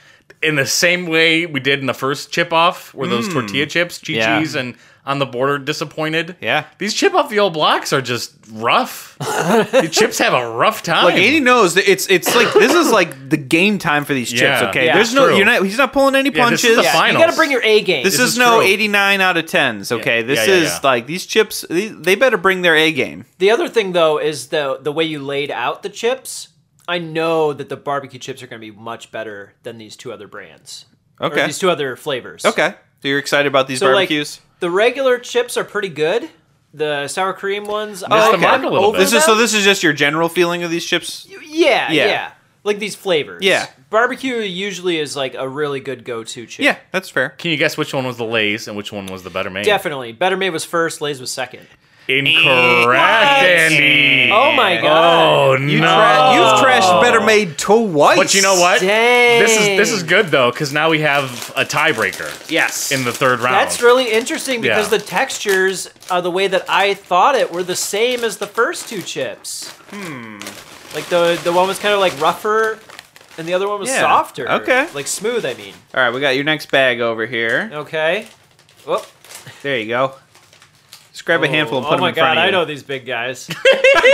[SPEAKER 1] In the same way we did in the first chip off, where
[SPEAKER 4] Hmm.
[SPEAKER 1] those tortilla chips,
[SPEAKER 3] Yeah.
[SPEAKER 1] GG's, and on the border disappointed.
[SPEAKER 3] Yeah.
[SPEAKER 1] These chip off the old blocks are just rough. the chips have a rough time.
[SPEAKER 3] Like Andy knows that it's it's like this is like the game time for these chips.
[SPEAKER 1] Yeah.
[SPEAKER 3] Okay,
[SPEAKER 4] Yeah.
[SPEAKER 3] there's no
[SPEAKER 1] True.
[SPEAKER 3] you're not he's not pulling any
[SPEAKER 1] Yeah, this
[SPEAKER 3] punches.
[SPEAKER 1] is the
[SPEAKER 4] Yeah,
[SPEAKER 1] finals.
[SPEAKER 4] You gotta bring your A game.
[SPEAKER 3] This,
[SPEAKER 1] This
[SPEAKER 3] is,
[SPEAKER 1] is
[SPEAKER 3] no
[SPEAKER 1] true.
[SPEAKER 3] 89 out of 10s. Okay, this
[SPEAKER 1] yeah,
[SPEAKER 3] is
[SPEAKER 1] yeah.
[SPEAKER 3] like these chips. They, they better bring their A game.
[SPEAKER 4] The other thing though is the the way you laid out the chips. I know that the barbecue chips are going to be much better than these two other brands. Or
[SPEAKER 3] Okay.
[SPEAKER 4] these two other flavors.
[SPEAKER 3] Okay, so you're excited about these
[SPEAKER 4] So like
[SPEAKER 3] barbecues?
[SPEAKER 4] the regular chips are pretty good. The sour cream ones. oh,
[SPEAKER 1] the
[SPEAKER 4] I'm
[SPEAKER 1] mark a little
[SPEAKER 4] over
[SPEAKER 1] bit.
[SPEAKER 3] Oh, this is so.
[SPEAKER 4] them.
[SPEAKER 3] This is just your general feeling of these chips.
[SPEAKER 4] Yeah,
[SPEAKER 3] Yeah.
[SPEAKER 4] yeah, Like these flavors.
[SPEAKER 3] Yeah.
[SPEAKER 4] Barbecue usually is like a really good go-to chip.
[SPEAKER 3] Yeah, that's fair.
[SPEAKER 1] Can you guess which one was the Lay's and which one was the better made?
[SPEAKER 4] Definitely. Better Made was first, Lay's was second.
[SPEAKER 1] Incorrect, Andy.
[SPEAKER 4] Oh my god.
[SPEAKER 1] Oh, no.
[SPEAKER 3] You have trashed Better Made twice.
[SPEAKER 1] Oh. But you know what?
[SPEAKER 4] Dang.
[SPEAKER 1] This is this is good though, because now we have a tiebreaker
[SPEAKER 3] Yes.
[SPEAKER 1] in the third round.
[SPEAKER 4] That's really interesting because
[SPEAKER 1] Yeah.
[SPEAKER 4] the textures are the way that I thought it were the same as the first two chips. Hmm. Like the the one was kind of like rougher, and the other one was
[SPEAKER 3] Yeah.
[SPEAKER 4] softer.
[SPEAKER 3] Okay.
[SPEAKER 4] Like smooth, I mean.
[SPEAKER 3] All right, we got your next bag over here.
[SPEAKER 4] Okay. Well,
[SPEAKER 3] There you go. Just grab a handful and put
[SPEAKER 4] oh
[SPEAKER 3] them
[SPEAKER 4] my
[SPEAKER 3] in
[SPEAKER 4] god,
[SPEAKER 3] front of
[SPEAKER 4] I
[SPEAKER 3] you.
[SPEAKER 4] know these big guys.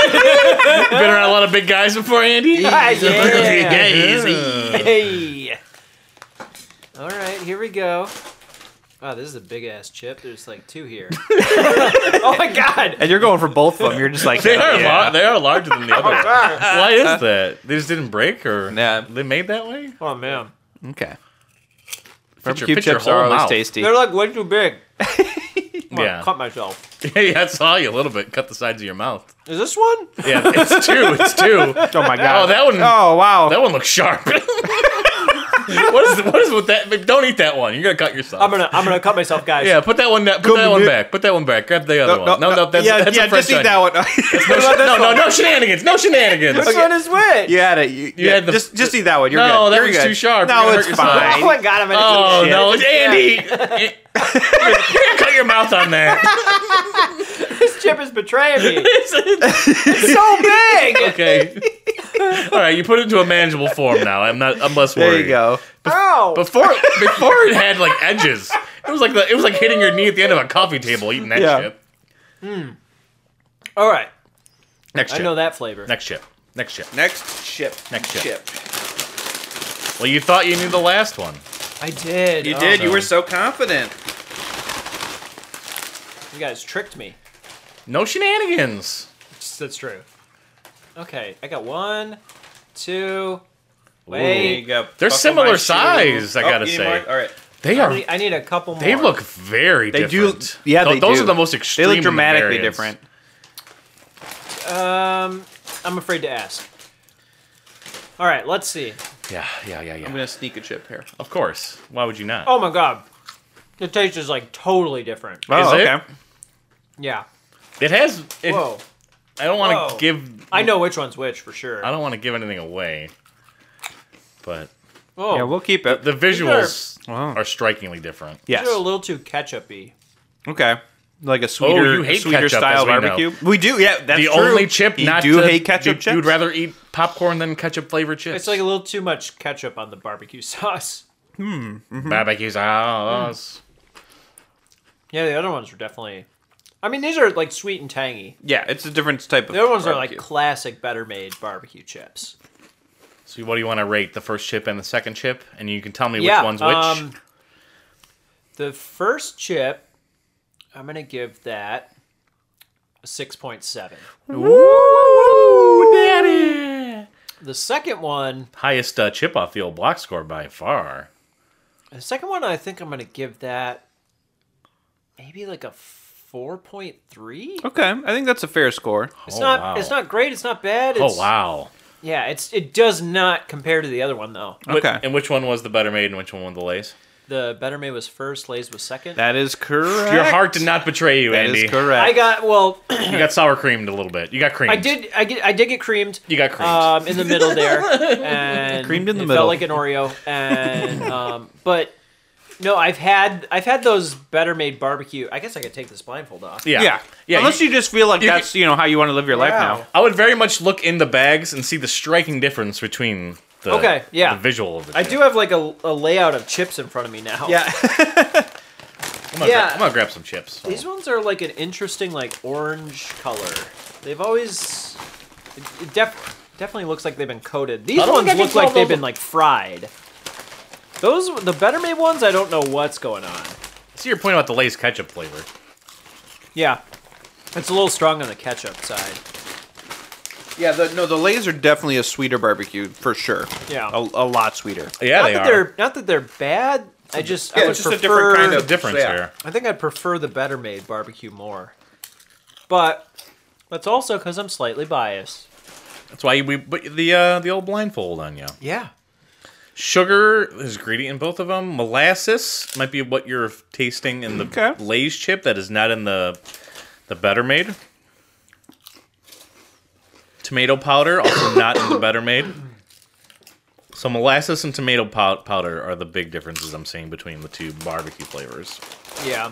[SPEAKER 1] Been around a lot of big guys before, Andy.
[SPEAKER 4] Ah, yeah.
[SPEAKER 1] easy.
[SPEAKER 4] Hey. All right, here we go. Wow, this is a big ass chip. There's like two here. oh my god.
[SPEAKER 3] And you're going for both of them. You're just like,
[SPEAKER 1] They are
[SPEAKER 3] yeah.
[SPEAKER 1] lar- they are larger than the other. one. Why is that? They just didn't break, or
[SPEAKER 3] Yeah.
[SPEAKER 1] they made that way.
[SPEAKER 4] Oh man,
[SPEAKER 3] Okay.
[SPEAKER 1] Fit your-
[SPEAKER 3] Barbecue
[SPEAKER 1] fit your
[SPEAKER 3] chips
[SPEAKER 1] whole
[SPEAKER 3] are always
[SPEAKER 1] mouth.
[SPEAKER 3] tasty.
[SPEAKER 4] they're like way too big.
[SPEAKER 1] Yeah,
[SPEAKER 4] Cut myself.
[SPEAKER 1] yeah, I saw you a little bit. Cut the sides of your mouth.
[SPEAKER 4] Is this one?
[SPEAKER 1] Yeah, it's two. It's two.
[SPEAKER 3] Oh my god.
[SPEAKER 1] Oh, that one.
[SPEAKER 3] Oh wow.
[SPEAKER 1] That one looks sharp. what is what is with that? Don't eat that one. You're gonna cut yourself.
[SPEAKER 4] I'm gonna I'm gonna cut myself, guys.
[SPEAKER 1] Yeah, put that one. da- Put that one back. Put that one back. Grab the other one. No, no, that's
[SPEAKER 3] yeah,
[SPEAKER 1] that's
[SPEAKER 3] yeah,
[SPEAKER 1] a French
[SPEAKER 3] just eat that
[SPEAKER 1] onion.
[SPEAKER 3] one.
[SPEAKER 1] No, no, no, no shenanigans. No shenanigans.
[SPEAKER 4] Which one is which?
[SPEAKER 3] You had it. You, yeah,
[SPEAKER 1] had the-
[SPEAKER 3] just just eat that one. You're
[SPEAKER 1] No,
[SPEAKER 3] good.
[SPEAKER 1] that
[SPEAKER 3] You're
[SPEAKER 1] one's
[SPEAKER 3] good.
[SPEAKER 1] too sharp.
[SPEAKER 3] No,
[SPEAKER 1] You're
[SPEAKER 3] it's
[SPEAKER 1] gonna hurt
[SPEAKER 4] Oh my
[SPEAKER 3] fine.
[SPEAKER 4] god, I'm gonna
[SPEAKER 1] Oh
[SPEAKER 4] eat shit.
[SPEAKER 1] no, it's Andy. Cut your mouth on that.
[SPEAKER 4] This chip is betraying me. It's so big.
[SPEAKER 1] Okay. All right, you put it into a manageable form now. I'm not. I'm less worried.
[SPEAKER 3] There you go.
[SPEAKER 4] Ow.
[SPEAKER 1] Before, before it had like edges. It was like the, it was like hitting your knee at the end of a coffee table eating that
[SPEAKER 3] Yeah.
[SPEAKER 1] chip.
[SPEAKER 4] All right,
[SPEAKER 1] Next
[SPEAKER 4] I
[SPEAKER 1] chip.
[SPEAKER 4] know that flavor.
[SPEAKER 1] Next chip. Next chip.
[SPEAKER 3] Next chip.
[SPEAKER 1] Next chip.
[SPEAKER 3] chip.
[SPEAKER 1] Well, you thought you knew the last one.
[SPEAKER 4] I did.
[SPEAKER 3] You
[SPEAKER 4] Oh,
[SPEAKER 3] did. You
[SPEAKER 1] no.
[SPEAKER 3] were so confident.
[SPEAKER 4] You guys tricked me.
[SPEAKER 1] No shenanigans.
[SPEAKER 4] That's true. Okay, I got one, two.
[SPEAKER 3] There
[SPEAKER 4] Wait,
[SPEAKER 3] you go.
[SPEAKER 1] They're
[SPEAKER 3] Buckle
[SPEAKER 1] similar
[SPEAKER 3] my shoe.
[SPEAKER 1] size, I
[SPEAKER 3] Oh,
[SPEAKER 1] gotta
[SPEAKER 3] you need
[SPEAKER 1] say.
[SPEAKER 3] more? All right.
[SPEAKER 1] They
[SPEAKER 4] I
[SPEAKER 1] are.
[SPEAKER 4] need, I need a couple more.
[SPEAKER 1] They look very.
[SPEAKER 3] They do-
[SPEAKER 1] different.
[SPEAKER 3] yeah,
[SPEAKER 1] Th-
[SPEAKER 3] they
[SPEAKER 1] Those
[SPEAKER 3] do.
[SPEAKER 1] are the most extreme.
[SPEAKER 3] They look dramatically
[SPEAKER 1] variants.
[SPEAKER 3] different.
[SPEAKER 4] Um, I'm afraid to ask. All right, let's see.
[SPEAKER 1] Yeah, yeah, yeah, yeah.
[SPEAKER 3] I'm gonna sneak a chip here.
[SPEAKER 1] Of course. Why would you not?
[SPEAKER 4] Oh my god, the taste is like totally different.
[SPEAKER 1] Is it?
[SPEAKER 4] Yeah.
[SPEAKER 1] It has. It,
[SPEAKER 4] Whoa.
[SPEAKER 1] I don't want to
[SPEAKER 4] Whoa.
[SPEAKER 1] give.
[SPEAKER 4] I know which one's which for sure.
[SPEAKER 1] I don't want to give anything away. But
[SPEAKER 4] Oh,
[SPEAKER 3] Yeah,
[SPEAKER 4] yeah,
[SPEAKER 3] we'll keep it.
[SPEAKER 1] the visuals
[SPEAKER 3] Wow.
[SPEAKER 1] are strikingly different.
[SPEAKER 3] Yes.
[SPEAKER 4] are a little too ketchupy.
[SPEAKER 3] Okay. like a sweeter,
[SPEAKER 1] Oh, you hate
[SPEAKER 3] sweeter
[SPEAKER 1] ketchup,
[SPEAKER 3] style
[SPEAKER 1] as we know.
[SPEAKER 3] barbecue. We do, yeah. That's
[SPEAKER 1] the
[SPEAKER 3] true.
[SPEAKER 1] only chip
[SPEAKER 3] you
[SPEAKER 1] not
[SPEAKER 3] do
[SPEAKER 1] to,
[SPEAKER 3] hate ketchup
[SPEAKER 1] you,
[SPEAKER 3] chips.
[SPEAKER 1] You'd rather eat popcorn than ketchup flavored chips.
[SPEAKER 4] It's like a little too much ketchup on the barbecue sauce.
[SPEAKER 1] barbecue
[SPEAKER 4] Hmm.
[SPEAKER 1] sauce.
[SPEAKER 4] Yeah, the other ones were definitely. I mean, these are like sweet and tangy.
[SPEAKER 3] yeah, it's a different type of.
[SPEAKER 4] The other ones are
[SPEAKER 3] barbecue.
[SPEAKER 4] like classic better made barbecue chips.
[SPEAKER 1] So what do you want to rate? The first chip and the second chip, and you can tell me
[SPEAKER 4] yeah,
[SPEAKER 1] which one's which.
[SPEAKER 4] um, the first chip, I'm gonna give that a six point seven.
[SPEAKER 1] Woo, daddy!
[SPEAKER 4] The second one,
[SPEAKER 1] Highest uh, chip off the old block score by far.
[SPEAKER 4] the second one, I think I'm gonna give that maybe like a four point three.
[SPEAKER 3] okay, I think that's a fair score.
[SPEAKER 4] It's
[SPEAKER 1] Oh,
[SPEAKER 4] not.
[SPEAKER 1] wow.
[SPEAKER 4] It's not great. It's not bad. It's,
[SPEAKER 1] oh wow!
[SPEAKER 4] Yeah, it's it does not compare to the other one though.
[SPEAKER 1] Wh-
[SPEAKER 3] Okay.
[SPEAKER 1] and which one was the better made, and which one was the lace?
[SPEAKER 4] The Better Made was first, Lay's was second.
[SPEAKER 3] That is correct.
[SPEAKER 1] Your heart did not betray you,
[SPEAKER 3] That
[SPEAKER 1] Andy.
[SPEAKER 3] is correct.
[SPEAKER 4] I got well.
[SPEAKER 1] You got sour creamed a little bit. You got creamed.
[SPEAKER 4] I did. I get. I did get creamed.
[SPEAKER 1] You got creamed.
[SPEAKER 4] Um, in the middle there, and
[SPEAKER 3] Creamed in the
[SPEAKER 4] it
[SPEAKER 3] middle.
[SPEAKER 4] Felt like an Oreo, and um, but no, I've had I've had those better made barbecue. I guess I could take this blindfold off.
[SPEAKER 1] yeah.
[SPEAKER 3] yeah,
[SPEAKER 1] Yeah.
[SPEAKER 3] Unless you, just feel like
[SPEAKER 1] you-
[SPEAKER 3] that's you know how you want to live your life now.
[SPEAKER 1] I would very much look in the bags and see the striking difference between the
[SPEAKER 4] Okay, yeah.
[SPEAKER 1] the visual of the
[SPEAKER 4] I
[SPEAKER 1] chip.
[SPEAKER 4] do have like a, a layout of chips in front of me now.
[SPEAKER 3] Yeah,
[SPEAKER 1] I'm gonna,
[SPEAKER 4] yeah.
[SPEAKER 1] gra- I'm gonna grab some chips.
[SPEAKER 4] These ones are like an interesting like orange color. They've always it, it def, definitely looks like they've been coated. These
[SPEAKER 1] I don't
[SPEAKER 4] ones
[SPEAKER 1] think I can
[SPEAKER 4] look like
[SPEAKER 1] call
[SPEAKER 4] they've
[SPEAKER 1] those
[SPEAKER 4] been
[SPEAKER 1] a-
[SPEAKER 4] like fried. Those the better made ones, I don't know what's going on.
[SPEAKER 1] I see your point about the Lay's ketchup flavor.
[SPEAKER 4] Yeah. It's a little strong on the ketchup side.
[SPEAKER 3] yeah. The, no, the Lay's are definitely a sweeter barbecue for sure.
[SPEAKER 4] Yeah.
[SPEAKER 3] a, a lot sweeter.
[SPEAKER 1] Yeah,
[SPEAKER 4] not
[SPEAKER 1] they
[SPEAKER 4] that
[SPEAKER 1] are.
[SPEAKER 4] they're not that they're bad. I just I
[SPEAKER 3] yeah,
[SPEAKER 4] would
[SPEAKER 3] it's just a
[SPEAKER 4] prefer
[SPEAKER 3] different kind
[SPEAKER 1] There's
[SPEAKER 3] of-
[SPEAKER 1] a difference
[SPEAKER 3] Yeah.
[SPEAKER 1] here.
[SPEAKER 4] I think I'd prefer the better made barbecue more. But that's also cuz I'm slightly biased.
[SPEAKER 1] That's why we put the uh, the old blindfold on you.
[SPEAKER 4] Yeah.
[SPEAKER 1] Sugar is greedy in both of them. Molasses might be what you're tasting in the
[SPEAKER 3] Okay.
[SPEAKER 1] Lay's chip that is not in the the Better Made. Tomato powder also not in the Better Made. So molasses and tomato pow- powder are the big differences I'm seeing between the two barbecue flavors.
[SPEAKER 4] Yeah.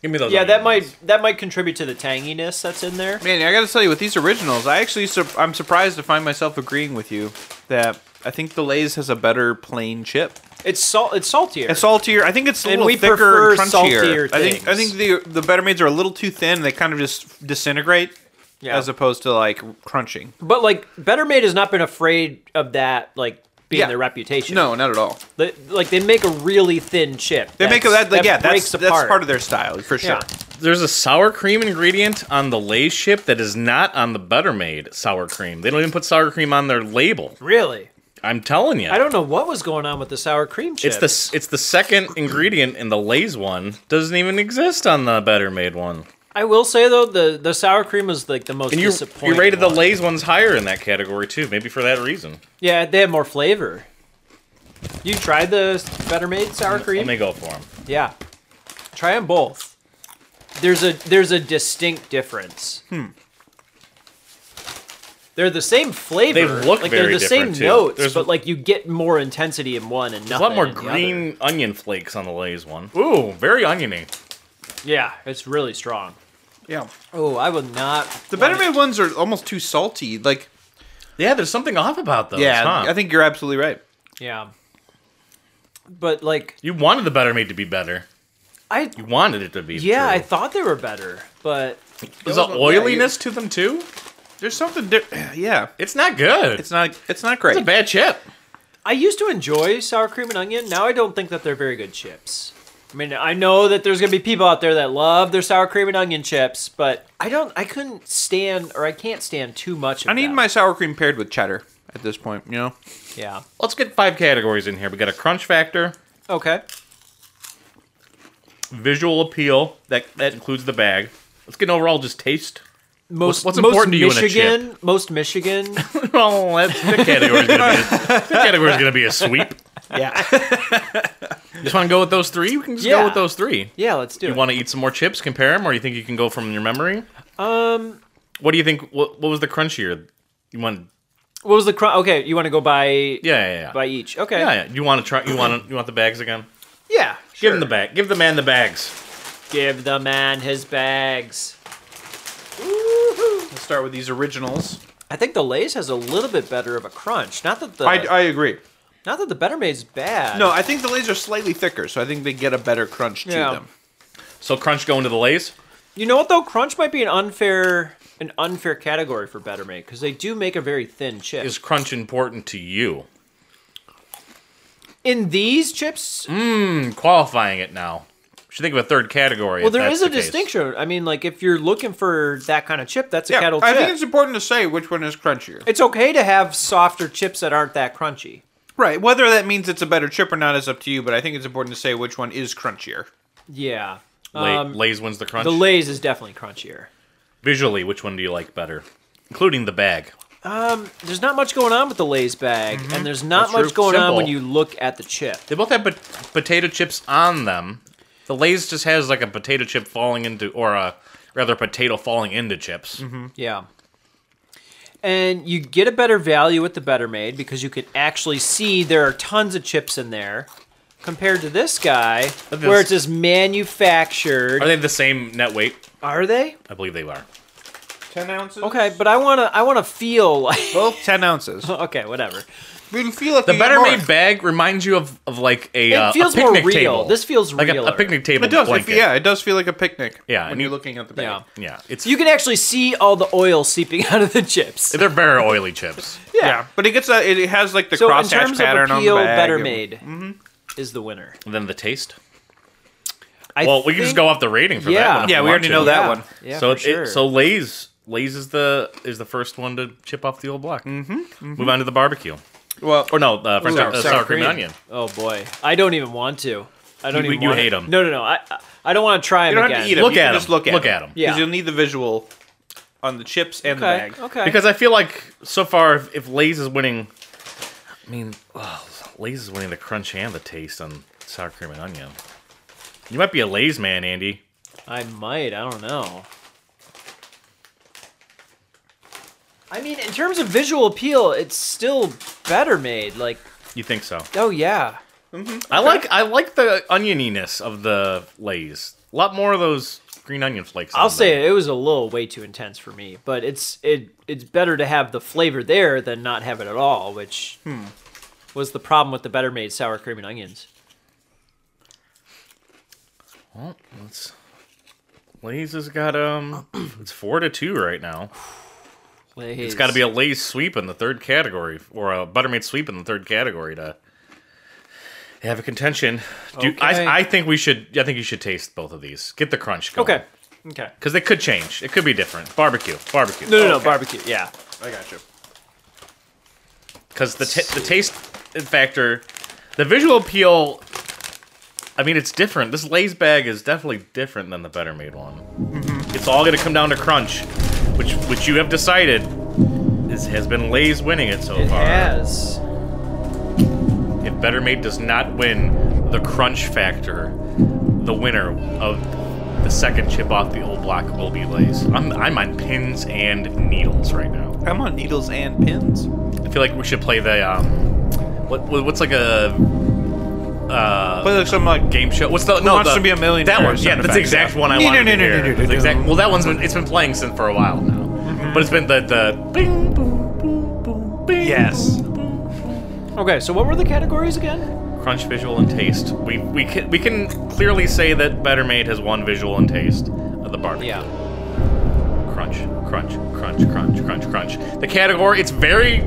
[SPEAKER 1] Give me those.
[SPEAKER 4] Yeah, that
[SPEAKER 1] onion
[SPEAKER 4] might
[SPEAKER 1] rings.
[SPEAKER 4] that might contribute to the tanginess that's in there.
[SPEAKER 3] Man, I gotta tell you, with these originals, I actually sur- I'm surprised to find myself agreeing with you that I think the Lay's has a better plain chip.
[SPEAKER 4] It's salt. It's saltier.
[SPEAKER 3] It's saltier. I think it's a
[SPEAKER 4] And
[SPEAKER 3] little
[SPEAKER 4] we
[SPEAKER 3] thicker and
[SPEAKER 4] prefer
[SPEAKER 3] crunchier.
[SPEAKER 4] saltier
[SPEAKER 3] I think I
[SPEAKER 4] things.
[SPEAKER 3] think the the better maids are a little too thin. They kind of just disintegrate
[SPEAKER 4] yeah.
[SPEAKER 3] as opposed to like crunching.
[SPEAKER 4] but like Better Made has not been afraid of that, like being
[SPEAKER 3] Yeah.
[SPEAKER 4] their reputation.
[SPEAKER 3] No, not at all.
[SPEAKER 4] They- like they make a really thin chip.
[SPEAKER 3] They make
[SPEAKER 4] that's-
[SPEAKER 3] that like, yeah, that's
[SPEAKER 4] breaks
[SPEAKER 3] that's part of their style for sure.
[SPEAKER 4] Yeah.
[SPEAKER 1] There's a sour cream ingredient on the Lay's chip that is not on the Better Made sour cream. They don't even put sour cream on their label.
[SPEAKER 4] Really,
[SPEAKER 1] I'm telling you.
[SPEAKER 4] I don't know what was going on with the sour cream chip.
[SPEAKER 1] It's the s- it's the second ingredient in the Lay's one. Doesn't even exist on the Better Made one.
[SPEAKER 4] I will say though, the the sour cream was like the most
[SPEAKER 1] And you
[SPEAKER 4] disappointing.
[SPEAKER 1] you rated the
[SPEAKER 4] one.
[SPEAKER 1] Lay's ones higher in that category too. Maybe for that reason.
[SPEAKER 4] Yeah, they had more flavor. You tried the Better Made sour
[SPEAKER 1] Let
[SPEAKER 4] cream?
[SPEAKER 1] me go for them.
[SPEAKER 4] yeah, try them both. There's a there's a distinct difference. Hmm. They're the same flavor.
[SPEAKER 1] They look
[SPEAKER 4] like
[SPEAKER 1] very
[SPEAKER 4] they're the
[SPEAKER 1] different,
[SPEAKER 4] same
[SPEAKER 1] too.
[SPEAKER 4] notes,
[SPEAKER 1] There's-
[SPEAKER 4] but like you get more intensity in one and
[SPEAKER 1] There's
[SPEAKER 4] nothing.
[SPEAKER 1] a lot more
[SPEAKER 4] in the other.
[SPEAKER 1] green onion flakes on the Lay's one. Ooh, very oniony.
[SPEAKER 4] Yeah, it's really strong.
[SPEAKER 3] Yeah.
[SPEAKER 4] Oh, I will not.
[SPEAKER 3] The better made ones are almost too salty. Like
[SPEAKER 1] Yeah, there's something off about those.
[SPEAKER 3] yeah,
[SPEAKER 1] huh?
[SPEAKER 3] I think you're absolutely right.
[SPEAKER 4] Yeah. But like
[SPEAKER 1] you wanted the Better Made to be better.
[SPEAKER 4] I,
[SPEAKER 1] You wanted it to be.
[SPEAKER 4] yeah, I
[SPEAKER 1] true.
[SPEAKER 4] thought they were better, but
[SPEAKER 1] There's an
[SPEAKER 3] Those are- yeah,
[SPEAKER 1] oiliness to them too.
[SPEAKER 3] There's something different. yeah.
[SPEAKER 1] It's not good. It's
[SPEAKER 3] It's not it's not great.
[SPEAKER 1] a bad chip.
[SPEAKER 4] I used to enjoy sour cream and onion. Now I don't think that they're very good chips. I mean, I know that there's gonna be people out there that love their sour cream and onion chips, but I don't. I couldn't stand, or I can't stand too much. Of
[SPEAKER 3] I need
[SPEAKER 4] them.
[SPEAKER 3] my sour cream paired with cheddar at this point, you know.
[SPEAKER 4] yeah.
[SPEAKER 1] Let's get five categories in here. We got a crunch factor,
[SPEAKER 4] Okay.
[SPEAKER 1] visual appeal that that includes the bag. Let's get an overall just taste.
[SPEAKER 4] Most
[SPEAKER 1] what's
[SPEAKER 4] most
[SPEAKER 1] important to you in a chip?
[SPEAKER 4] Michigan, most Michigan.
[SPEAKER 1] oh, that's the category's gonna be that category's gonna be a sweep.
[SPEAKER 3] Yeah.
[SPEAKER 1] Just want to go with those three. We can just go
[SPEAKER 4] Yeah.
[SPEAKER 1] with those three.
[SPEAKER 4] yeah, let's do
[SPEAKER 1] You
[SPEAKER 4] it.
[SPEAKER 1] want to eat some more chips? Compare them, or you think you can go from your memory? Um, what do you think? What, what was the crunchier? You want?
[SPEAKER 4] what was the cr- okay? You want to go by
[SPEAKER 1] Yeah, yeah, yeah.
[SPEAKER 4] by each? Okay.
[SPEAKER 1] yeah, yeah. You want to try? You want? to You want the bags again?
[SPEAKER 4] Yeah,
[SPEAKER 1] Give him the bag. Give the man the bags.
[SPEAKER 4] Give the man his bags.
[SPEAKER 3] Let's start with these originals.
[SPEAKER 4] I think the Lay's has a little bit better of a crunch. Not that the
[SPEAKER 3] I, I agree.
[SPEAKER 4] not that the Better Made's bad.
[SPEAKER 3] No, I think the Lays are slightly thicker, so I think they get a better crunch to
[SPEAKER 4] Yeah.
[SPEAKER 3] them.
[SPEAKER 1] So crunch going to the Lay's.
[SPEAKER 4] You know what though? Crunch might be an unfair an unfair category for Better Made because they do make a very thin chip.
[SPEAKER 1] Is crunch important to you?
[SPEAKER 4] In these chips,
[SPEAKER 1] I'm qualifying it now. Should think of a third category.
[SPEAKER 4] well,
[SPEAKER 1] if
[SPEAKER 4] there
[SPEAKER 1] that's
[SPEAKER 4] is a
[SPEAKER 1] the case.
[SPEAKER 4] distinction. I mean, like if you're looking for that kind of chip, that's a
[SPEAKER 3] Yeah,
[SPEAKER 4] kettle
[SPEAKER 3] I
[SPEAKER 4] chip.
[SPEAKER 3] think it's important to say which one is crunchier.
[SPEAKER 4] it's okay to have softer chips that aren't that crunchy.
[SPEAKER 3] Right. Whether that means it's a better chip or not is up to you, but I think it's important to say which one is crunchier.
[SPEAKER 4] Yeah.
[SPEAKER 1] Lay,
[SPEAKER 4] Um,
[SPEAKER 1] Lay's wins the crunch.
[SPEAKER 4] the Lay's is definitely crunchier.
[SPEAKER 1] Visually, which one do you like better? Including the bag.
[SPEAKER 4] There's not much going on with the Lay's bag, and there's not
[SPEAKER 1] That's
[SPEAKER 4] much
[SPEAKER 1] true.
[SPEAKER 4] going on
[SPEAKER 1] Simple.
[SPEAKER 4] when you look at the chip.
[SPEAKER 1] They both have pot- potato chips on them. The Lay's just has like a potato chip falling into, or a rather potato falling into chips.
[SPEAKER 3] Mm-hmm.
[SPEAKER 4] Yeah. And you get a better value with the Better Made because you can actually see there are tons of chips in there compared to this guy
[SPEAKER 1] But
[SPEAKER 4] where
[SPEAKER 1] this-
[SPEAKER 4] it's just manufactured.
[SPEAKER 1] Are they the same net weight?
[SPEAKER 4] Are they?
[SPEAKER 1] I believe they are.
[SPEAKER 3] Ten ounces.
[SPEAKER 4] Okay, but I want to I want to feel like
[SPEAKER 3] Both ten ounces.
[SPEAKER 4] okay, whatever.
[SPEAKER 3] You can feel it.
[SPEAKER 1] The better made bag reminds you of, of like a,
[SPEAKER 4] It
[SPEAKER 1] uh, a
[SPEAKER 4] feels more
[SPEAKER 1] picnic
[SPEAKER 4] real.
[SPEAKER 1] table.
[SPEAKER 4] This feels
[SPEAKER 1] like a, a
[SPEAKER 4] realer.
[SPEAKER 1] picnic table.
[SPEAKER 3] It does. It,
[SPEAKER 1] blanket.
[SPEAKER 3] yeah, it does feel like a picnic.
[SPEAKER 1] Yeah,
[SPEAKER 3] When
[SPEAKER 1] and
[SPEAKER 3] you're
[SPEAKER 1] you-
[SPEAKER 3] looking at the bag.
[SPEAKER 4] Yeah.
[SPEAKER 1] yeah. It's
[SPEAKER 4] You can actually see all the oil seeping out of the chips.
[SPEAKER 1] they're very oily chips.
[SPEAKER 4] Yeah.
[SPEAKER 3] But it gets a, it has like the
[SPEAKER 4] So in
[SPEAKER 3] crosshatch
[SPEAKER 4] terms of
[SPEAKER 3] pattern on the
[SPEAKER 4] appeal,
[SPEAKER 3] bag.
[SPEAKER 4] Better
[SPEAKER 3] and-
[SPEAKER 4] Made
[SPEAKER 1] Mm-hmm.
[SPEAKER 4] is the winner.
[SPEAKER 1] And then the taste.
[SPEAKER 4] I
[SPEAKER 1] Well, we can just
[SPEAKER 4] think-
[SPEAKER 1] go off the rating for
[SPEAKER 4] Yeah.
[SPEAKER 1] that. One if
[SPEAKER 3] Yeah, we
[SPEAKER 1] want
[SPEAKER 3] already
[SPEAKER 1] to.
[SPEAKER 3] know that
[SPEAKER 4] Yeah.
[SPEAKER 3] one.
[SPEAKER 4] Yeah,
[SPEAKER 1] so
[SPEAKER 4] for
[SPEAKER 1] it,
[SPEAKER 4] sure.
[SPEAKER 1] it, so Lay's Lay's is the is the first one to chip off the old block. Mm-hmm, Move on to the barbecue.
[SPEAKER 3] Well,
[SPEAKER 1] Or no, uh, French
[SPEAKER 3] Ooh,
[SPEAKER 1] uh, sour,
[SPEAKER 3] sour
[SPEAKER 1] cream
[SPEAKER 3] cream.
[SPEAKER 1] and onion.
[SPEAKER 4] Oh boy, I don't even want to. I don't
[SPEAKER 1] You-
[SPEAKER 4] even.
[SPEAKER 1] you
[SPEAKER 4] want
[SPEAKER 1] hate
[SPEAKER 4] to.
[SPEAKER 1] 'em.
[SPEAKER 4] No, no, no. I I- I don't want to try them
[SPEAKER 3] you don't
[SPEAKER 4] again.
[SPEAKER 3] have to eat it.
[SPEAKER 1] Look
[SPEAKER 3] you
[SPEAKER 1] at 'em.
[SPEAKER 3] can Just look at
[SPEAKER 1] Look
[SPEAKER 3] them.
[SPEAKER 1] at 'em.
[SPEAKER 4] Yeah.
[SPEAKER 3] Because you'll need the visual on the chips and
[SPEAKER 4] Okay.
[SPEAKER 3] the bag.
[SPEAKER 4] Okay.
[SPEAKER 1] Because I feel like so far, if, if Lay's is winning, I mean, oh, Lay's is winning the crunch and the taste on sour cream and onion. You might be a Lay's man, Andy.
[SPEAKER 4] I might. I don't know. I mean, in terms of visual appeal, it's still better made. Like,
[SPEAKER 1] You think so?
[SPEAKER 4] oh yeah,
[SPEAKER 1] I like I like the onioniness of the Lay's. A lot more of those green onion flakes.
[SPEAKER 4] I'll
[SPEAKER 1] on
[SPEAKER 4] say
[SPEAKER 1] them.
[SPEAKER 4] it, it was a little way too intense for me. But it's it it's better to have the flavor there than not have it at all, which
[SPEAKER 3] Hmm.
[SPEAKER 4] was the problem with the better made sour cream and onions.
[SPEAKER 1] Well, it's, Lay's has got um, it's four to two right now. It's got to be a Lay's sweep in the third category, or a Buttermaid sweep in the third category to have a contention. Do,
[SPEAKER 4] Okay.
[SPEAKER 1] I, I think we should. I think you should taste both of these. Get the crunch going.
[SPEAKER 4] okay. Okay.
[SPEAKER 1] Because they could change. It could be different. Barbecue. Barbecue.
[SPEAKER 4] No, no, no. Barbecue. Yeah.
[SPEAKER 3] I got you.
[SPEAKER 1] Because Oh, the ta- the taste factor, the visual appeal. I mean, it's different. This Lay's bag is definitely different than the Better Made one.
[SPEAKER 4] Mm-hmm.
[SPEAKER 1] It's all going to come down to crunch, which which you have decided is, has been Lay's winning it so
[SPEAKER 4] It
[SPEAKER 1] far.
[SPEAKER 4] has.
[SPEAKER 1] If Better Made does not win the crunch factor, the winner of the second chip off the old block will be Lay's. I'm, I'm on pins and needles right now.
[SPEAKER 3] I'm on needles and pins.
[SPEAKER 1] I feel like we should play the um, what what- what's like a uh
[SPEAKER 3] But like some like
[SPEAKER 1] game show? What's the no
[SPEAKER 3] Wants
[SPEAKER 1] the-
[SPEAKER 3] to Be a Millionaire
[SPEAKER 1] That one,
[SPEAKER 3] or
[SPEAKER 1] yeah,
[SPEAKER 3] something
[SPEAKER 1] that's
[SPEAKER 3] back
[SPEAKER 1] the exact
[SPEAKER 3] there.
[SPEAKER 1] one I
[SPEAKER 3] Nee,
[SPEAKER 1] wanted
[SPEAKER 3] nee,
[SPEAKER 1] to
[SPEAKER 3] nee, nee,
[SPEAKER 1] hear.
[SPEAKER 3] nee,
[SPEAKER 1] It's
[SPEAKER 3] nee,
[SPEAKER 1] exact-
[SPEAKER 3] nee.
[SPEAKER 1] Well, that one's been it's been playing since for a while now, but it's been the the bing boom boom boom bing.
[SPEAKER 5] Yes.
[SPEAKER 1] boom, boom.
[SPEAKER 4] Okay, so what were the categories again?
[SPEAKER 1] crunch visual and taste we we can we can clearly say that better made has one visual and taste of the barbecue
[SPEAKER 4] Yeah.
[SPEAKER 1] crunch crunch crunch crunch crunch crunch the category it's very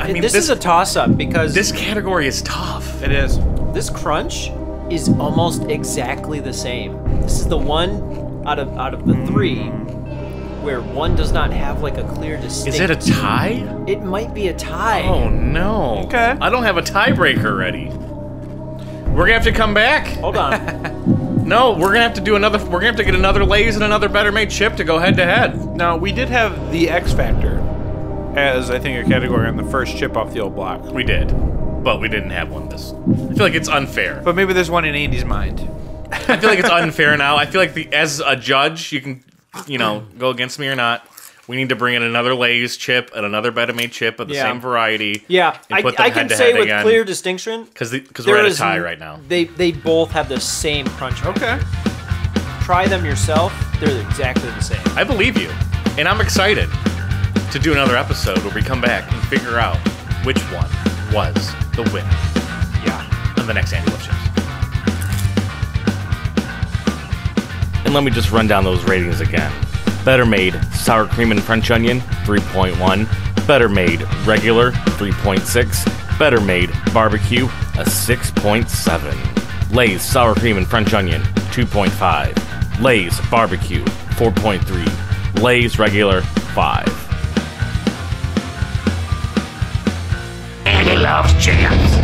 [SPEAKER 1] i mean
[SPEAKER 4] this,
[SPEAKER 1] this,
[SPEAKER 4] is a toss up because
[SPEAKER 1] this
[SPEAKER 4] this,
[SPEAKER 1] category is tough
[SPEAKER 3] It is.
[SPEAKER 4] crunch is almost exactly the same. This is the one out of out of the
[SPEAKER 1] Mm.
[SPEAKER 4] three where one does not have like a clear distinct.
[SPEAKER 1] is it a tie
[SPEAKER 4] It might be a tie.
[SPEAKER 1] oh no
[SPEAKER 3] Okay.
[SPEAKER 1] i don't have a tiebreaker ready we're gonna have to come back
[SPEAKER 4] Hold on.
[SPEAKER 1] no we're gonna have to do another we're gonna have to get another lays and another better made chip to go head to head
[SPEAKER 3] Now we did have the X Factor as I think a category on the first chip off the old block.
[SPEAKER 1] we did but we didn't have one this i feel like it's unfair
[SPEAKER 3] But maybe there's one in Andy's mind.
[SPEAKER 1] I feel like it's unfair now. I feel like the as a judge, you can, you know, go against me or not. We need to bring in another Lay's chip and another Better Made chip of the
[SPEAKER 4] Yeah.
[SPEAKER 1] same variety.
[SPEAKER 4] yeah, I, I can say with clear distinction
[SPEAKER 1] because because
[SPEAKER 4] there
[SPEAKER 1] we're at a
[SPEAKER 4] is
[SPEAKER 1] tie
[SPEAKER 4] n-
[SPEAKER 1] right now.
[SPEAKER 4] They they both have the same crunch. factor.
[SPEAKER 3] Okay.
[SPEAKER 4] try them yourself, they're exactly the same.
[SPEAKER 6] I believe you. And I'm excited to do another episode where we come back and figure out which one was the winner. Yeah. On the next Andy Love Chips.
[SPEAKER 1] And let me just run down those ratings again. Better Made Sour Cream and French Onion 3.1, Better Made Regular 3.6, Better Made Barbecue a 6.7, Lay's Sour Cream and French Onion 2.5, Lay's Barbecue 4.3, Lay's Regular 5.
[SPEAKER 7] Andy loves chips.